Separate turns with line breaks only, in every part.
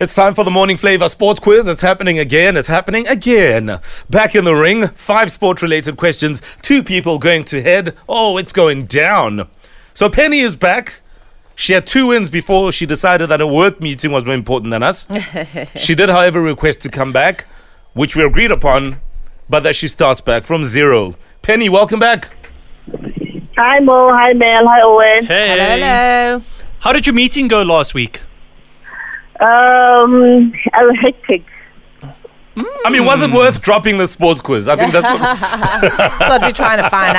It's time for the morning flavor sports quiz. It's happening again. It's happening again. Back in the ring, five sport related questions, two people going to head. Oh, it's going down. So Penny is back. She had two wins before she decided that a work meeting was more important than us. she did, however, request to come back, which we agreed upon, but that she starts back from zero. Penny, welcome back.
Hi Mo, hi Mel, hi Owen.
Hey.
Hello, hello.
How did your meeting go last week?
Um, I was hectic.
I mean, was it worth dropping the sports quiz? I think that's what,
That's what we're trying to find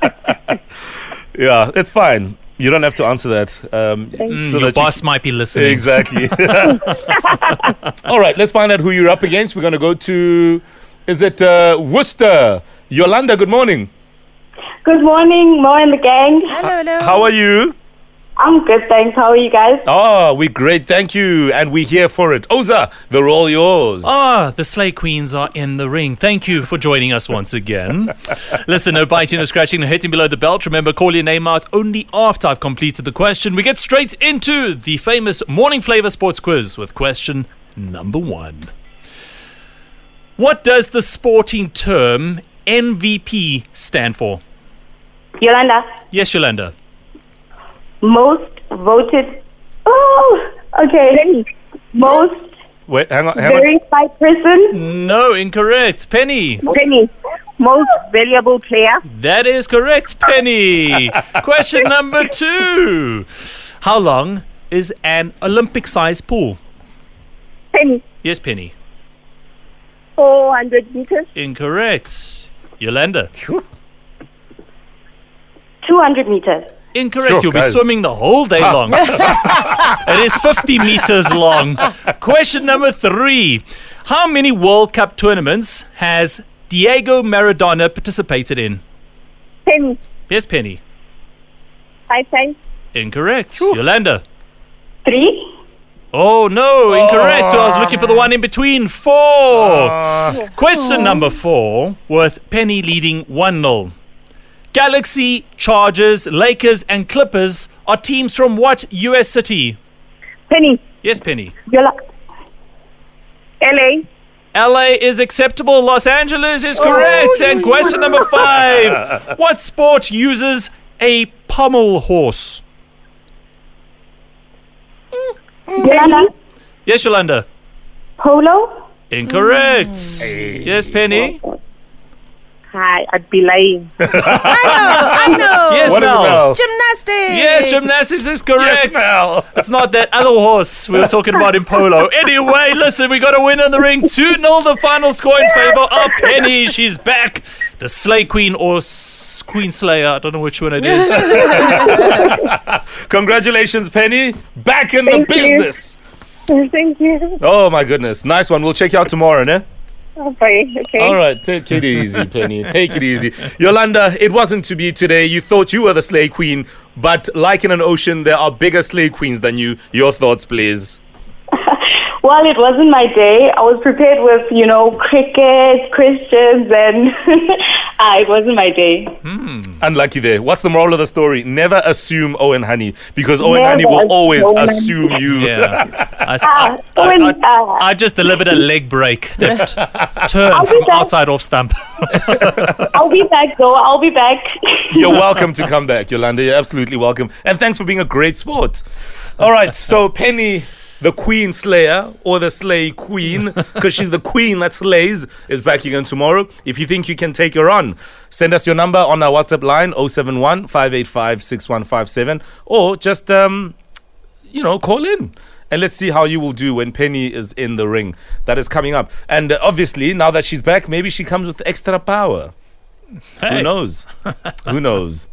out.
yeah, it's fine. You don't have to answer that. Um,
Mm,
so
your
that you
boss might be listening.
Exactly. All right, let's find out who you're up against. We're going to go to, is it uh, Worcester? Yolanda, good morning.
Good morning, Mo and the gang.
Hello, hello.
How are you?
I'm good, thanks. How are you guys?
Ah, we great, thank you. And we're here for it. Oza, they're all yours.
Ah, the Slay Queens are in the ring. Thank you for joining us once again. Listen, no biting, no scratching, no hitting below the belt. Remember, call your name out only after I've completed the question. We get straight into the famous Morning Flavor Sports Quiz with question number one. What does the sporting term MVP stand for?
Yolanda,
Yes, Yolanda.
most voted. Oh, okay. Most
Wait, hang on, hang on.
verified person.
No, incorrect. Penny.
Penny, most valuable player.
That is correct, Penny. Question number two. How long is an Olympic sized pool?
Penny,
Yes, Penny.
400 meters.
Incorrect. Yolanda.
200 meters.
Incorrect.
Sure,
You'll
guys.
be swimming the whole day long. it is 50 meters long. Question number three. How many World Cup tournaments has Diego Maradona participated in?
Penny,
Yes, Penny.
five times.
Incorrect. Yolanda.
Three.
Oh no, incorrect. So I was looking for the one in between. Four. Question number four with Penny leading 1 0. Galaxy, Chargers, Lakers, and Clippers are teams from what US city?
Penny,
Yes, Penny.
Yola. LA.
LA is acceptable. Los Angeles is correct. and question number five What sport uses a pommel horse?
Yolanda,
Yes, Yolanda.
Polo.
Incorrect. Yes, Penny.
Hi, I'd be lying.
I know.
Yes,
What is it
Mel.
now?
Gymnastics.
Yes, gymnastics is correct.
Mel.
It's not that other horse we were talking about in polo. Anyway, listen, we got a win in the ring. 2 0 the final score in favor of Penny. She's back. The Slay Queen or S- Queen Slayer. I don't know which one it is.
Congratulations, Penny. Back in the
Thank you.
business.
Thank you.
Oh, my goodness. Nice one. We'll check you out tomorrow, ne?
Oh, sorry. Okay.
All right, take it easy, Penny. Take it easy. Yolanda, it wasn't to be today. You thought you were the Slay Queen, but like in an ocean, there are bigger Slay Queens than you. Your thoughts, please.
Well, it wasn't my day. I was prepared with, you know, cricket, questions, and ah, it wasn't my day.
Unlucky there. What's the moral of the story? Never assume Owen Honey because Owen
Never
Honey will always
assume Owen.
assume you.
Yeah. I, s-
Ah,
I- I-
Owen,
I-
ah.
I just delivered a leg break that turned
be
from
back.
outside off stump.
I'll be back, though. I'll be back.
You're welcome to come back, Yolanda. You're absolutely welcome. And thanks for being a great sport. All right, so Penny, the Queen Slayer, or the Slay Queen, because she's the queen that slays, is back again tomorrow. If you think you can take her on, send us your number on our WhatsApp line 071 585 6157, or just, um, you know, call in. And let's see how you will do when Penny is in the ring. That is coming up. And uh, obviously, now that she's back, maybe she comes with extra power. Who knows? Who knows?